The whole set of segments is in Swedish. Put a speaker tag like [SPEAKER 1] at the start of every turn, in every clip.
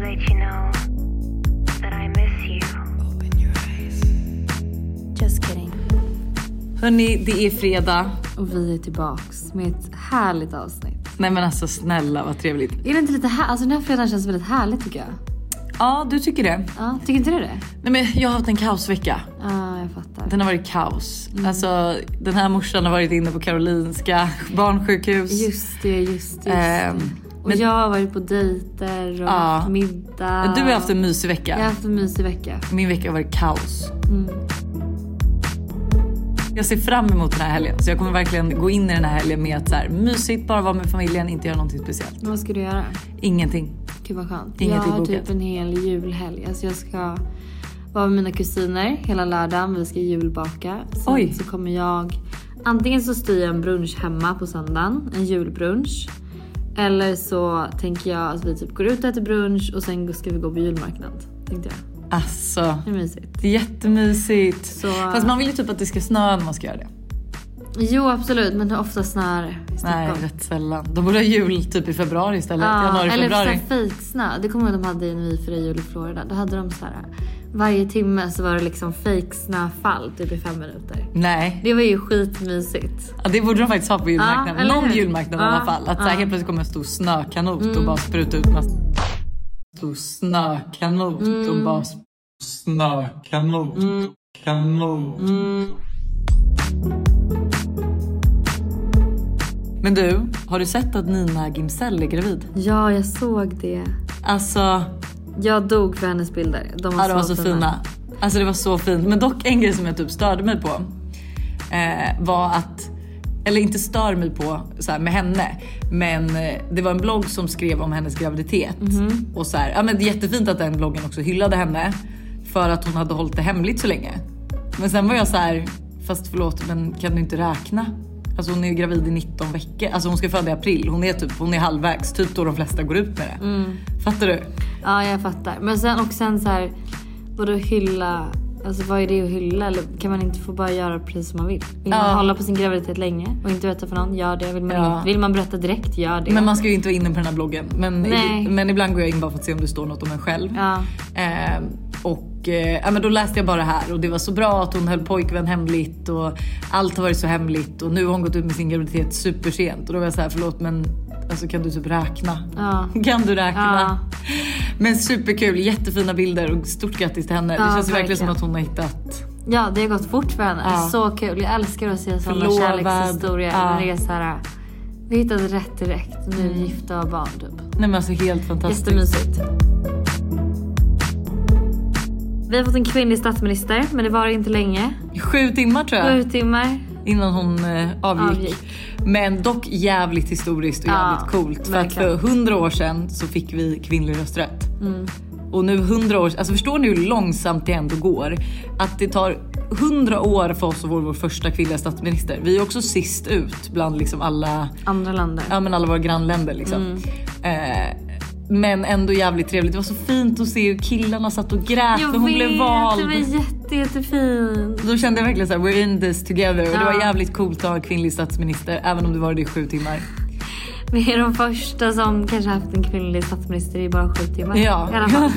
[SPEAKER 1] let you know that I miss you.
[SPEAKER 2] Just kidding.
[SPEAKER 3] Hörni, det är fredag.
[SPEAKER 2] Och vi är tillbaks med ett härligt avsnitt.
[SPEAKER 3] Nej men alltså snälla vad trevligt.
[SPEAKER 2] Är det inte lite här? Alltså den här fredagen känns väldigt härlig tycker jag.
[SPEAKER 3] Ja, du tycker det.
[SPEAKER 2] Ja, tycker inte du det?
[SPEAKER 3] Nej men jag har haft en kaosvecka.
[SPEAKER 2] Ja, jag fattar.
[SPEAKER 3] Den har varit kaos. Alltså den här morsan har varit inne på Karolinska barnsjukhus.
[SPEAKER 2] Just det, just just
[SPEAKER 3] Ehm,
[SPEAKER 2] det. Och
[SPEAKER 3] men-
[SPEAKER 2] jag har varit på dejter och
[SPEAKER 3] Ja.
[SPEAKER 2] haft middag.
[SPEAKER 3] Du har haft en mysig
[SPEAKER 2] Jag har
[SPEAKER 3] vecka.
[SPEAKER 2] haft en mysig vecka.
[SPEAKER 3] Min vecka har varit kaos. Mm. Jag ser fram emot den här helgen. Så jag kommer verkligen gå in i den här helgen med att så här, mysigt, bara vara med familjen, inte göra någonting speciellt.
[SPEAKER 2] Men vad ska du göra?
[SPEAKER 3] Ingenting.
[SPEAKER 2] Gud vad skönt.
[SPEAKER 3] Inget
[SPEAKER 2] jag
[SPEAKER 3] är
[SPEAKER 2] har
[SPEAKER 3] bokat.
[SPEAKER 2] typ en hel julhelg. Alltså jag ska vara med mina kusiner hela lördagen. Vi ska julbaka. Sen
[SPEAKER 3] Oj.
[SPEAKER 2] så kommer jag... Antingen så styr jag en brunch hemma på söndagen. En julbrunch. Eller så tänker jag att vi typ går ut och äter brunch och sen ska vi gå på julmarknad. Tänkte jag.
[SPEAKER 3] Alltså,
[SPEAKER 2] Det är mysigt.
[SPEAKER 3] det är jättemysigt.
[SPEAKER 2] Så-
[SPEAKER 3] Fast man vill ju typ att det ska snöa när man ska göra det.
[SPEAKER 2] Jo absolut men det är ofta snöare i
[SPEAKER 3] Nej,
[SPEAKER 2] Stockholm.
[SPEAKER 3] rätt sällan. De borde ha jul typ i februari istället.
[SPEAKER 2] Ja,
[SPEAKER 3] Januari,
[SPEAKER 2] eller
[SPEAKER 3] februari.
[SPEAKER 2] så här fejksnö. Det kommer jag ihåg de hade när vi firade jul i Florida. Då hade de så här, varje timme så var det liksom fejksnöfall typ i fem minuter.
[SPEAKER 3] Nej,
[SPEAKER 2] Det var ju skitmysigt.
[SPEAKER 3] ja, det borde de faktiskt ha på julmarknaden.
[SPEAKER 2] Ah, eller
[SPEAKER 3] Någon
[SPEAKER 2] hur? Ah, Mm.
[SPEAKER 3] julmarknad i
[SPEAKER 2] Ja,
[SPEAKER 3] alla fall. Att så här,
[SPEAKER 2] ja.
[SPEAKER 3] helt plötsligt kommer en stor snökanot och bara spruta ut massa... Stor snökanot
[SPEAKER 2] Mm.
[SPEAKER 3] och bara... sp- Snökanot. Kanot.
[SPEAKER 2] Mm.
[SPEAKER 3] Men du, har du sett att Nina Gimsell är gravid?
[SPEAKER 2] Ja, jag såg det.
[SPEAKER 3] Alltså,
[SPEAKER 2] Jag dog för hennes bilder. De var,
[SPEAKER 3] Ja, de var så fina. Alltså det var så fint. Men dock en grej som jag typ störde mig på eh, var att, eller inte stör mig på så här, med henne, men eh, det var en blogg som skrev om hennes graviditet. Och så här, ja men det är jättefint att den bloggen också hyllade henne för att hon hade hållit det hemligt så länge. Men sen var jag så här, fast förlåt men kan du inte räkna? Alltså hon är ju gravid i 19 veckor. Alltså hon ska föda i april. Hon är typ, hon är halvvägs, typ då de flesta går ut med det. Fattar du?
[SPEAKER 2] Ja, jag fattar. Men sen och sen så här, vadå hylla? Alltså vad är det att hylla? Eller kan man inte få bara göra precis som man vill? Vill
[SPEAKER 3] Ja.
[SPEAKER 2] man hålla på sin graviditet länge och inte berätta för någon? Gör det. Vill man,
[SPEAKER 3] Ja.
[SPEAKER 2] inte, vill man berätta direkt? Gör det.
[SPEAKER 3] Men man ska ju inte vara inne på den här bloggen. Men,
[SPEAKER 2] Nej.
[SPEAKER 3] men ibland går jag in bara för att se om det står något om en själv.
[SPEAKER 2] Ja.
[SPEAKER 3] Ehm, och eh, ja, men då läste jag bara här och det var så bra att hon höll pojkvän hemligt och allt har varit så hemligt och nu har hon gått ut med sin graviditet supersent och då var jag så här förlåt men alltså kan du typ räkna?
[SPEAKER 2] Ja.
[SPEAKER 3] Kan du räkna?
[SPEAKER 2] Ja.
[SPEAKER 3] Men superkul, jättefina bilder och stort grattis till henne.
[SPEAKER 2] Ja,
[SPEAKER 3] det känns verkligen.
[SPEAKER 2] verkligen.
[SPEAKER 3] som att hon har hittat.
[SPEAKER 2] Ja, det har gått fort för henne.
[SPEAKER 3] Ja.
[SPEAKER 2] Så kul. Jag älskar att se sådana
[SPEAKER 3] Förlovad.
[SPEAKER 2] kärlekshistorier.
[SPEAKER 3] Ja.
[SPEAKER 2] När det är så här, vi hittade rätt direkt. Nu gifta och barn typ.
[SPEAKER 3] Nej men alltså helt fantastiskt.
[SPEAKER 2] Jättemysigt. Vi har fått en kvinnlig statsminister, men det var inte länge.
[SPEAKER 3] Sju timmar tror jag.
[SPEAKER 2] Sju timmar.
[SPEAKER 3] innan hon eh, avgick.
[SPEAKER 2] Avgick.
[SPEAKER 3] Men dock jävligt historiskt och
[SPEAKER 2] Ja,
[SPEAKER 3] jävligt coolt. För att för
[SPEAKER 2] verkligen. Mm.
[SPEAKER 3] hundra år sedan så fick vi kvinnlig rösträtt. Och nu hundra år, alltså förstår ni hur långsamt det ändå går? Att det tar hundra år för oss att få vår första kvinnliga statsminister. Vi är också sist ut bland liksom alla
[SPEAKER 2] Andra länder.
[SPEAKER 3] ja, men alla våra grannländer. Liksom.
[SPEAKER 2] Mm.
[SPEAKER 3] Eh, men ändå jävligt trevligt. Det var så fint att se hur killarna satt och grät
[SPEAKER 2] Jag
[SPEAKER 3] när hon
[SPEAKER 2] vet,
[SPEAKER 3] blev vald.
[SPEAKER 2] det var jätte, jättefin.
[SPEAKER 3] Då kände jag verkligen så här, we're in this together. Och det
[SPEAKER 2] Ja.
[SPEAKER 3] var jävligt coolt att ha en kvinnlig statsminister, även om det var det i sju timmar.
[SPEAKER 2] Vi är de första som kanske haft en kvinnlig statsminister i bara sju timmar.
[SPEAKER 3] Ja.
[SPEAKER 2] I alla fall.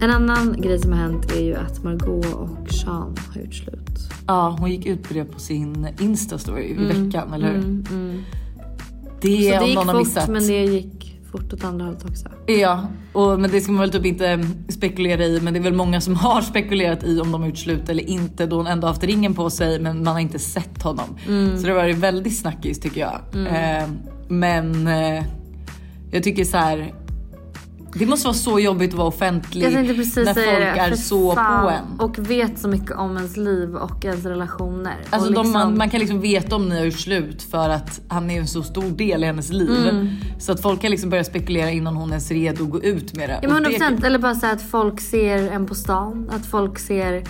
[SPEAKER 2] en annan grej som har hänt är ju att Margot och Sean har gjort slut.
[SPEAKER 3] Ja, hon gick ut på det på sin Insta-story i veckan, eller hur?
[SPEAKER 2] Så
[SPEAKER 3] Mm, Det,
[SPEAKER 2] det
[SPEAKER 3] om
[SPEAKER 2] gick
[SPEAKER 3] någon har
[SPEAKER 2] fort,
[SPEAKER 3] missat.
[SPEAKER 2] men det gick fort åt andra hållet också.
[SPEAKER 3] Ja, och, men det ska man väl typ inte spekulera i. Men det är väl många som har spekulerat i om de har gjort slut eller inte. Då hon ändå haft ringen på sig men man har inte sett honom.
[SPEAKER 2] Mm.
[SPEAKER 3] Så det har varit väldigt snackis tycker jag. Eh, men eh, jag tycker så här. Det måste vara så jobbigt att vara offentlig
[SPEAKER 2] Jag tänkte precis
[SPEAKER 3] när
[SPEAKER 2] säga
[SPEAKER 3] folk
[SPEAKER 2] det.
[SPEAKER 3] är
[SPEAKER 2] För
[SPEAKER 3] så
[SPEAKER 2] fan,
[SPEAKER 3] på en.
[SPEAKER 2] Och vet så mycket om ens liv och ens relationer.
[SPEAKER 3] Alltså
[SPEAKER 2] och
[SPEAKER 3] de, man, man kan liksom veta om ni har gjort slut för att han är en så stor del i hennes liv.
[SPEAKER 2] Mm.
[SPEAKER 3] Så att folk kan liksom börja spekulera innan hon ens är redo att gå ut med det.
[SPEAKER 2] Ja, men
[SPEAKER 3] Och det-
[SPEAKER 2] 100%, eller bara så här att folk ser en på stan. Att folk ser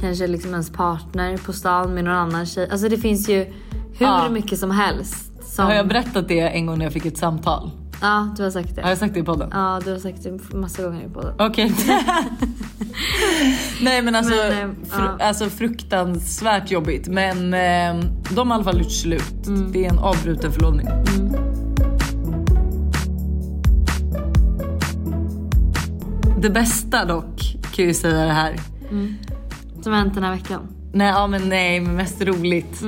[SPEAKER 2] kanske liksom ens partner på stan med någon annan tjej. Alltså det finns ju hur
[SPEAKER 3] Ja.
[SPEAKER 2] mycket som helst. Som,
[SPEAKER 3] Har jag berättat det en gång när jag fick ett samtal?
[SPEAKER 2] ja, du har sagt
[SPEAKER 3] Har
[SPEAKER 2] det.
[SPEAKER 3] jag sagt det i podden?
[SPEAKER 2] Ja, du har sagt det massa gånger i podden.
[SPEAKER 3] Okej. Nej men alltså,
[SPEAKER 2] Men, eh,
[SPEAKER 3] fru-
[SPEAKER 2] ja.
[SPEAKER 3] alltså fruktansvärt jobbigt. Men eh, de har i alla fall gjort slut.
[SPEAKER 2] Mm.
[SPEAKER 3] Det är en avbruten förlovning. Det bästa dock, kan jag ju säga det här.
[SPEAKER 2] Som har hänt den här veckan.
[SPEAKER 3] Nej, ja, men nej, men mest roligt.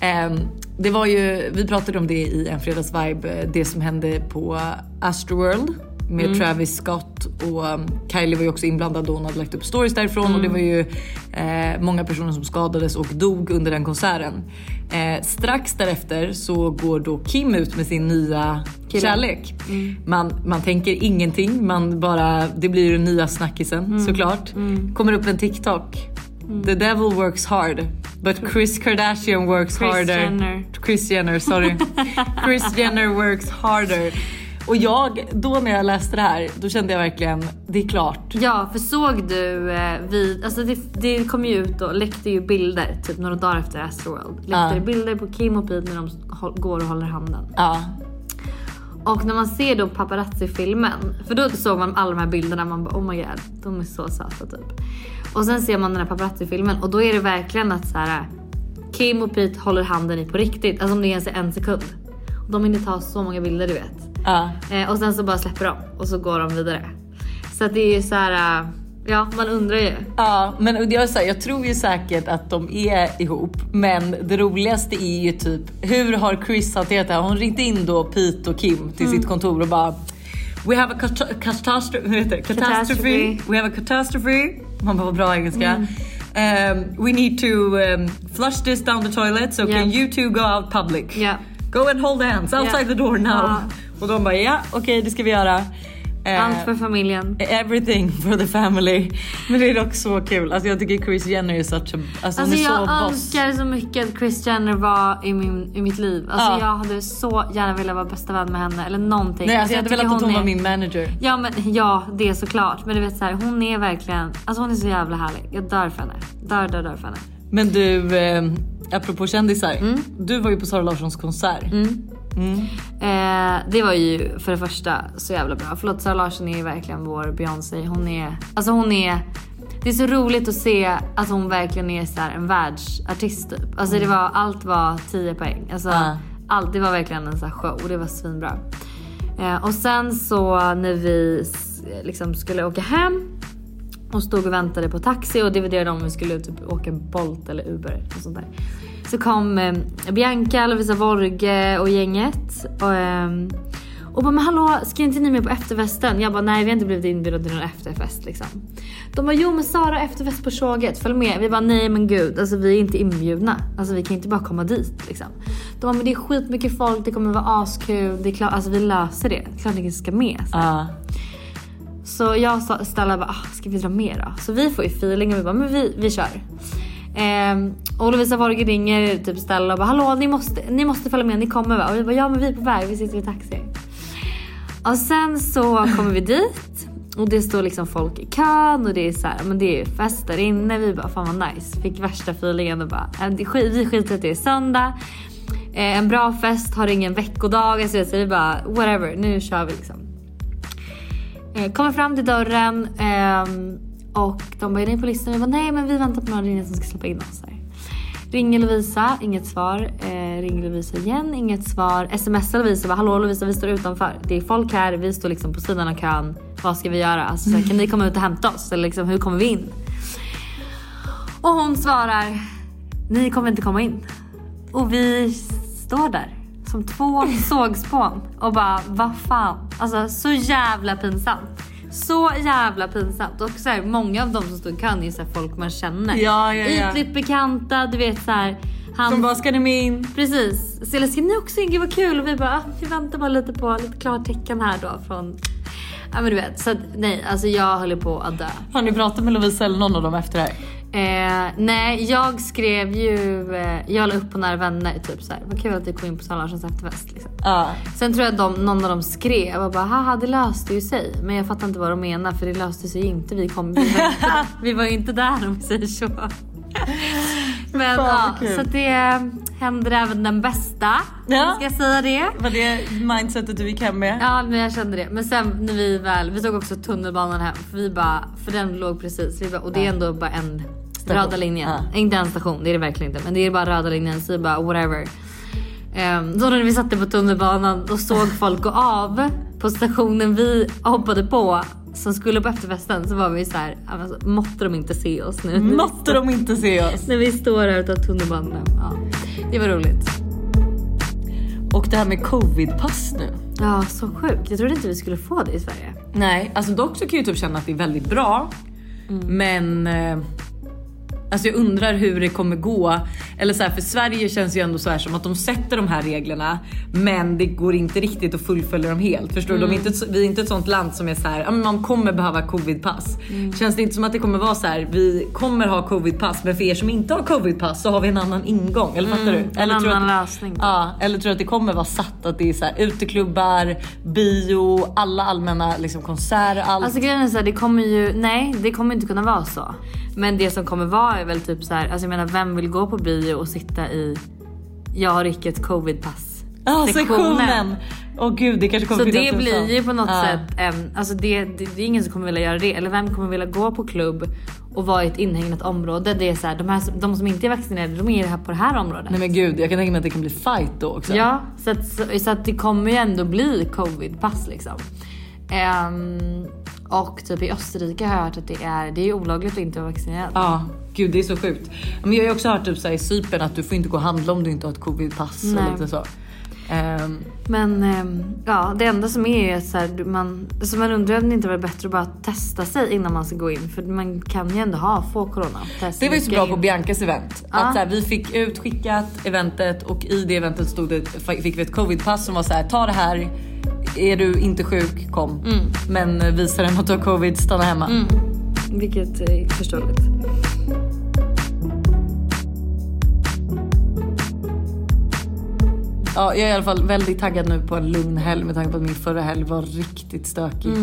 [SPEAKER 3] Ehm, det var ju, vi pratade om det i en fredagsvibe, eh, det som hände på Astroworld med Travis Scott och um, Kylie var ju också inblandad då hon hade lagt upp stories därifrån och det var ju eh, många personer som skadades och dog under den konserten. Eh, strax därefter så går då Kim ut med sin nya
[SPEAKER 2] Kille.
[SPEAKER 3] kärlek. Man, man tänker ingenting, man bara, det blir ju den nya snackisen såklart. Kommer upp en TikTok. The devil works hard but Chris Kardashian works
[SPEAKER 2] Kris
[SPEAKER 3] harder.
[SPEAKER 2] Jenner.
[SPEAKER 3] Chris Jenner, sorry. Chris Jenner works harder. Och jag, då när jag läste det här, då kände jag verkligen, det är klart.
[SPEAKER 2] Ja, för såg du eh, vi, alltså det, det kom ju ut och läckte ju bilder typ några dagar efter Astroworld. Läckte
[SPEAKER 3] Ja.
[SPEAKER 2] det bilder på Kim och Pete när de hå- går och håller handen.
[SPEAKER 3] Ja,
[SPEAKER 2] Och när man ser då paparazzi-filmen, för då såg man alla de här bilderna man bara oh my god, de är så söta typ. Och sen ser man den här paparazzi-filmen och då är det verkligen att så här Kim och Pete håller handen i på riktigt, alltså om det är ens är en sekund. Och de hinner ta så många bilder du vet.
[SPEAKER 3] ja.
[SPEAKER 2] Eh, och sen så bara släpper de och så går de vidare. Så att det är ju så här. eh, ja man undrar ju.
[SPEAKER 3] Ja, men jag, är så här, jag tror ju säkert att de är ihop. Men det roligaste är ju typ, hur har Chris hanterat det här? Hon ringde in då Pete och Kim till
[SPEAKER 2] Mm.
[SPEAKER 3] sitt kontor och bara We have a cat- catastro- hur heter det? catastrophe.
[SPEAKER 2] Catastrophe.
[SPEAKER 3] We have a catastrophe. Man bara, vad bra engelska.
[SPEAKER 2] Mm.
[SPEAKER 3] Um, we need to um, flush this down the toilet so
[SPEAKER 2] Ja.
[SPEAKER 3] can you two go out public?
[SPEAKER 2] Ja.
[SPEAKER 3] Go and hold hands outside
[SPEAKER 2] Ja.
[SPEAKER 3] the door now.
[SPEAKER 2] Ja.
[SPEAKER 3] Och de bara, ja okej det ska vi göra. Eh,
[SPEAKER 2] Ah. Allt för familjen.
[SPEAKER 3] Everything for the family. Men det är dock så kul. Alltså jag tycker Chris Jenner är such a... Alltså, hon
[SPEAKER 2] Alltså
[SPEAKER 3] är
[SPEAKER 2] jag
[SPEAKER 3] så boss.
[SPEAKER 2] önskar så mycket att Chris Jenner var i, min, i mitt liv. Alltså
[SPEAKER 3] Ja.
[SPEAKER 2] jag hade så gärna velat vara bästa vän med henne eller någonting.
[SPEAKER 3] Nej, alltså jag hade
[SPEAKER 2] tycker
[SPEAKER 3] velat att hon
[SPEAKER 2] är-
[SPEAKER 3] var min manager.
[SPEAKER 2] Ja men ja det är såklart. Men du vet så här, hon är verkligen, alltså hon är så jävla härlig. Jag dör för henne. Dör, dör, dör för henne.
[SPEAKER 3] Men du, eh, apropå kändisar. Du var ju på Sara Larssons konsert.
[SPEAKER 2] Eh, det var ju för det första så jävla bra. Förlåt Sara Larsson är ju verkligen vår Beyoncé. Hon är, alltså hon är, det är så roligt att se att hon verkligen är så här en världsartist typ. Alltså det var, allt var 10 poäng. Alltså,
[SPEAKER 3] Ja.
[SPEAKER 2] allt, det var verkligen en så här show och det var svinbra. Eh, och sen så när vi s- liksom skulle åka hem och stod och väntade på taxi och dividerade om vi skulle typ åka Bolt eller Uber och sånt där. Så kom eh, Bianca, Lovisa Vorge och gänget. Och, eh, och bara, men hallå, ska inte ni med på efterfesten? Jag bara, nej vi har inte blivit inbjudna till någon efterfest liksom. De bara, jo men Sara efterfest på tjoget, följ med. Vi bara, nej men gud, alltså vi är inte inbjudna. Alltså vi kan inte bara komma dit liksom. De bara, men det är skitmycket folk, det kommer vara askul, det är klart, alltså vi löser det. Klart ni ska med. Så.
[SPEAKER 3] Ja.
[SPEAKER 2] Så jag och Stella bara, ah, ska vi dra med då? Så vi får ju feeling och vi bara, men vi, vi kör. Ehm, och Lovisa Borge ringer typ Stella och bara, hallå ni måste, ni måste följa med, ni kommer va? Och vi bara, ja men vi är på väg, vi sitter i taxi. Och sen så kommer vi dit och det står liksom folk i kön och det är så här, men det är ju fest där inne. Vi bara, fan vad nice. Fick värsta feelingen och bara, äh, det skit- vi skiter i att det är söndag. Eh, en bra fest, har ingen veckodag. Alltså, jag säger bara, whatever, nu kör vi liksom. Eh, Kommer fram till dörren ehm, och de bara, är ni på listan? Jag bara, nej men vi väntar på några ringar som ska släppa in oss här. Ringer Lovisa, inget svar. Eh, ringer Lovisa igen, inget svar. Smsar Lovisa, bara, hallå Lovisa vi står utanför. Det är folk här, vi står liksom på sidan av kön. Vad ska vi göra? Alltså, så här, kan ni komma ut och hämta oss? Eller liksom, hur kommer vi in? Och hon svarar, ni kommer inte komma in. Och vi står där som två sågspån och bara vad fan. Alltså så jävla pinsamt. Så jävla pinsamt. Och så här, många av dem som stod i kön är ju så här folk man känner.
[SPEAKER 3] Ja, ja, ja.
[SPEAKER 2] Ytligt bekanta, du vet så här. Han,
[SPEAKER 3] Som bara, ska ni med in?
[SPEAKER 2] Precis. Så jag ska ni också in? Gud vad kul. Och vi bara, ah, vi väntar bara lite på lite klartecken här då från... Ja men du vet. Så att, nej, alltså jag höll ju på att dö.
[SPEAKER 3] Har ni pratat med Lovisa eller någon av dem efter det här?
[SPEAKER 2] Eh, nej, jag skrev ju... Eh, jag la upp på Nära Vänner typ såhär, vad kul att du kom in på Sara Larssons efterfest. Liksom.
[SPEAKER 3] Ja.
[SPEAKER 2] Sen tror jag att de, någon av dem skrev och bara haha det löste ju sig. Men jag fattar inte vad de menar för det löste sig ju inte. Vi, kom, vi, var, inte, vi var ju inte där om vi säger så. Men
[SPEAKER 3] Fan,
[SPEAKER 2] ja,
[SPEAKER 3] vad kul.
[SPEAKER 2] så att det eh, händer även den bästa.
[SPEAKER 3] Ja.
[SPEAKER 2] Ska jag säga det?
[SPEAKER 3] Var det mindsetet du gick hem med?
[SPEAKER 2] Ja men jag kände det. Men sen när vi väl, vi tog också tunnelbanan hem för vi bara, för den låg precis. Vi bara, och det är ändå bara en
[SPEAKER 3] Station.
[SPEAKER 2] röda linjen.
[SPEAKER 3] Ja.
[SPEAKER 2] Inte en station, det är det verkligen inte. Men det är bara röda linjen så vi bara whatever. Um, då när vi satt på tunnelbanan och såg folk gå av på stationen vi hoppade på som skulle på efterfesten så var vi så här, alltså, måtte de inte se oss nu.
[SPEAKER 3] Måtte de inte se oss.
[SPEAKER 2] När vi står här utav tunnelbanan. Ja. Det var roligt.
[SPEAKER 3] Och det här med covidpass nu.
[SPEAKER 2] Ja, så sjukt. Jag trodde inte vi skulle få det i Sverige.
[SPEAKER 3] Nej, alltså dock så kan jag ju typ känna att det är väldigt bra.
[SPEAKER 2] Mm.
[SPEAKER 3] Men eh, alltså jag undrar hur det kommer gå. Eller så här, för Sverige känns ju ändå så här som att de sätter de här reglerna men det går inte riktigt att fullfölja dem helt. Förstår du?
[SPEAKER 2] Mm.
[SPEAKER 3] De är inte, ett så- vi är inte ett sånt land som är så här, "Ja, men man kommer behöva covidpass.
[SPEAKER 2] Mm.
[SPEAKER 3] Känns det inte som att det kommer vara så här, vi kommer ha covidpass men för er som inte har covidpass så har vi en annan ingång. Eller fattar du? Eller
[SPEAKER 2] Mm, en
[SPEAKER 3] tror du
[SPEAKER 2] annan
[SPEAKER 3] att-
[SPEAKER 2] lösning.
[SPEAKER 3] Ja, eller tror du att det kommer vara satt att det är så här, uteklubbar, bio, alla allmänna liksom, konserter, allt?
[SPEAKER 2] Alltså grejen är så här, det kommer ju, nej det kommer inte kunna vara så. Men det som kommer vara är väl typ så här, alltså jag menar vem vill gå på bio och sitta i, jag har icke ett covidpass.
[SPEAKER 3] Ja,
[SPEAKER 2] sektionen.
[SPEAKER 3] sektionen! Åh gud, det kanske kommer
[SPEAKER 2] Så
[SPEAKER 3] finnas
[SPEAKER 2] det
[SPEAKER 3] en
[SPEAKER 2] blir
[SPEAKER 3] sån.
[SPEAKER 2] ju på något
[SPEAKER 3] Ja.
[SPEAKER 2] sätt, em, alltså det, det, det är ingen som kommer vilja göra det. Eller vem kommer vilja gå på klubb och vara i ett inhägnat område. Det är så här, de, här, som- de som inte är vaccinerade de är ju här på det här området.
[SPEAKER 3] Nej men gud, jag kan tänka mig att det kan bli fight då också.
[SPEAKER 2] Ja, så att, så, så att det kommer ju ändå bli covidpass liksom. Ehm, och typ i Österrike har jag hört att det är, det är ju olagligt att inte vara vaccinerad.
[SPEAKER 3] Ja, gud det är så sjukt. Men jag har ju också hört typ så här, i Cypern att du får inte gå och handla om du inte har ett covidpass och
[SPEAKER 2] Nej.
[SPEAKER 3] lite så. Ehm,
[SPEAKER 2] Men ehm, ja, det enda som är ju att så här, du- man, så man undrar om det inte var bättre att bara testa sig innan man ska gå in. För man kan ju ändå ha, få corona.
[SPEAKER 3] det var ju så bra på
[SPEAKER 2] bild.
[SPEAKER 3] Biancas event.
[SPEAKER 2] Ja.
[SPEAKER 3] Att så här, vi fick utskickat eventet och i det eventet stod det, fick vi ett covidpass som var så här: ta det här, är du inte sjuk kom. Men visar den att du har covid, stanna hemma.
[SPEAKER 2] Vilket är förståeligt.
[SPEAKER 3] Ja, jag är i alla fall väldigt taggad nu på en lugn helg med tanke på att min förra helg var riktigt stökig.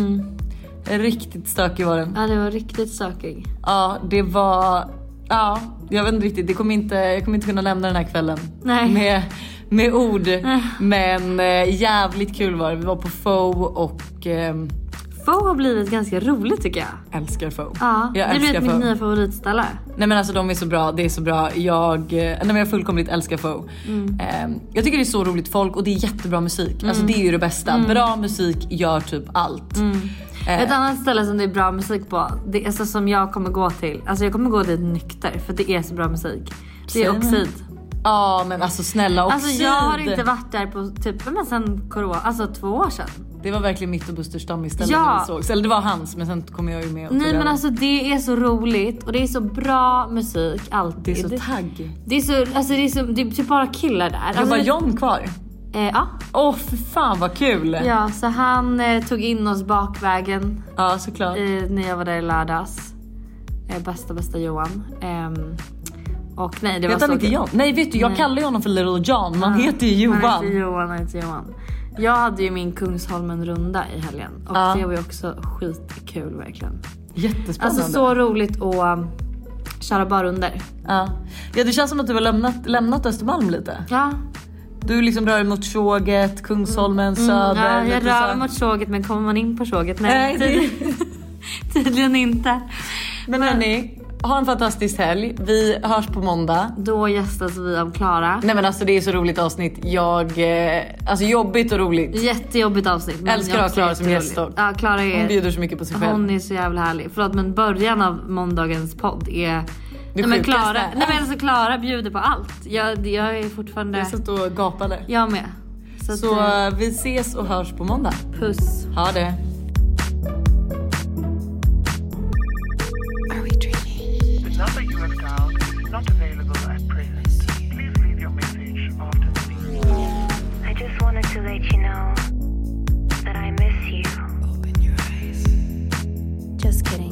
[SPEAKER 3] Riktigt stökig var den.
[SPEAKER 2] Ja, det var riktigt stökig.
[SPEAKER 3] Ja, det var... Ja, jag vet inte riktigt. Det kommer inte, jag kommer inte kunna lämna den här kvällen
[SPEAKER 2] Nej.
[SPEAKER 3] Med, med ord. Men eh, jävligt kul var det. Vi var på FOE och eh,
[SPEAKER 2] Få har blivit ganska roligt tycker jag.
[SPEAKER 3] älskar FOE.
[SPEAKER 2] Ja,
[SPEAKER 3] jag
[SPEAKER 2] det
[SPEAKER 3] älskar
[SPEAKER 2] blir ett mitt
[SPEAKER 3] FOE.
[SPEAKER 2] nya favoritställe.
[SPEAKER 3] Nej men alltså de är så bra, det är så bra. Jag, eh, nej, men jag fullkomligt älskar FO.
[SPEAKER 2] Mm.
[SPEAKER 3] Eh, jag tycker det är så roligt folk och det är jättebra musik. Alltså det är ju det bästa. Bra musik gör typ allt. Eh,
[SPEAKER 2] Mm. Ett annat ställe som det är bra musik på, det är så som jag kommer gå till. Alltså jag kommer gå dit nykter för att det är så bra musik. Det
[SPEAKER 3] Säg
[SPEAKER 2] är
[SPEAKER 3] mig.
[SPEAKER 2] Oxid.
[SPEAKER 3] Ja men alltså snälla och
[SPEAKER 2] Alltså jag har inte varit där på typ men sen corona, alltså två år sedan.
[SPEAKER 3] Det var verkligen mitt och Busters stammisställe
[SPEAKER 2] Ja.
[SPEAKER 3] när vi sågs. Eller det var hans men sen kom jag ju med och tog
[SPEAKER 2] Nej men
[SPEAKER 3] över.
[SPEAKER 2] alltså det är så roligt och det är så bra musik alltid.
[SPEAKER 3] Det är så tagg.
[SPEAKER 2] det är så, alltså det är så, det är typ bara killar där.
[SPEAKER 3] Det
[SPEAKER 2] Alltså,
[SPEAKER 3] var
[SPEAKER 2] det-
[SPEAKER 3] John kvar.
[SPEAKER 2] Eh, ja.
[SPEAKER 3] Åh för fan vad kul! Ja,
[SPEAKER 2] ja, så han eh, tog in oss bakvägen
[SPEAKER 3] såklart.
[SPEAKER 2] eh, när jag var där i lördags. Eh, bästa bästa Johan. Ehm, och nej det var
[SPEAKER 3] Vet han
[SPEAKER 2] så
[SPEAKER 3] inte
[SPEAKER 2] kul.
[SPEAKER 3] John? Nej vet du jag
[SPEAKER 2] Nej.
[SPEAKER 3] kallar ju honom för Little John men han heter ju
[SPEAKER 2] Han heter
[SPEAKER 3] Johan.
[SPEAKER 2] Johan, han heter Johan. Jag hade ju min Kungsholmen-runda i helgen och
[SPEAKER 3] Ja.
[SPEAKER 2] det var ju också skitkul verkligen.
[SPEAKER 3] Jättespännande.
[SPEAKER 2] Alltså så roligt att um, köra barunder.
[SPEAKER 3] Ja. ja det känns som att du har lämnat, lämnat Östermalm lite.
[SPEAKER 2] Ja,
[SPEAKER 3] Du liksom rör dig mot Tjåget, Kungsholmen, Söder.
[SPEAKER 2] Mm, ja jag
[SPEAKER 3] lite
[SPEAKER 2] rör
[SPEAKER 3] så.
[SPEAKER 2] mig mot tåget men kommer man in på tåget? Nej,
[SPEAKER 3] Nej, det-
[SPEAKER 2] tyd- tydligen inte.
[SPEAKER 3] Men hörni, ha en fantastisk helg. Vi hörs på måndag.
[SPEAKER 2] Då gästas vi av Klara.
[SPEAKER 3] Nej men alltså det är så roligt avsnitt. Jag, eh, alltså jobbigt och roligt.
[SPEAKER 2] Jättejobbigt avsnitt. men
[SPEAKER 3] Älskar att ha
[SPEAKER 2] också
[SPEAKER 3] Klara som
[SPEAKER 2] jätteroligt.
[SPEAKER 3] gäst dock.
[SPEAKER 2] Ja, Klara
[SPEAKER 3] Hon
[SPEAKER 2] är,
[SPEAKER 3] bjuder så mycket på sig själv.
[SPEAKER 2] hon är så jävla härlig. Förlåt men början av måndagens podd är Nej men,
[SPEAKER 3] sjukaste.
[SPEAKER 2] Klara, nej men alltså Klara bjuder på allt. Jag, jag är fortfarande...
[SPEAKER 3] Jag satt och gapade.
[SPEAKER 2] Jag med. Så,
[SPEAKER 3] Så
[SPEAKER 2] att, eh,
[SPEAKER 3] eh, vi ses och hörs på måndag.
[SPEAKER 2] puss.
[SPEAKER 3] Ha det.
[SPEAKER 4] The number you have dialed is not available at present. Please leave your message after the beep.
[SPEAKER 1] I just wanted to let you know that I miss you. Open your eyes. Just kidding.